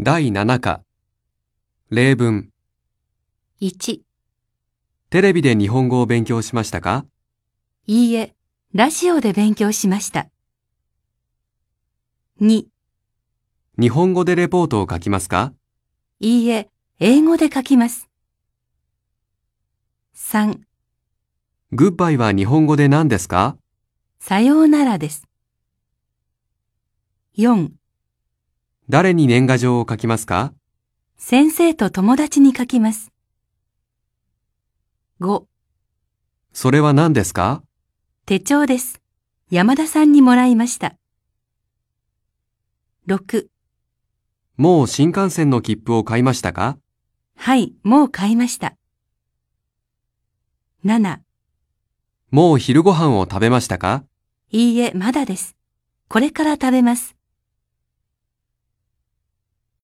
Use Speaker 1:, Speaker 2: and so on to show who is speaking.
Speaker 1: 第7課。例文。
Speaker 2: 1、
Speaker 1: テレビで日本語を勉強しましたか
Speaker 2: いいえ、ラジオで勉強しました。2、
Speaker 1: 日本語でレポートを書きますか
Speaker 2: いいえ、英語で書きます。3、
Speaker 1: グッバイは日本語で何ですか
Speaker 2: さようならです。4、
Speaker 1: 誰に年賀状を書きますか
Speaker 2: 先生と友達に書きます。5、
Speaker 1: それは何ですか
Speaker 2: 手帳です。山田さんにもらいました。6、
Speaker 1: もう新幹線の切符を買いましたか
Speaker 2: はい、もう買いました。7、
Speaker 1: もう昼ご飯を食べましたか
Speaker 2: いいえ、まだです。これから食べます。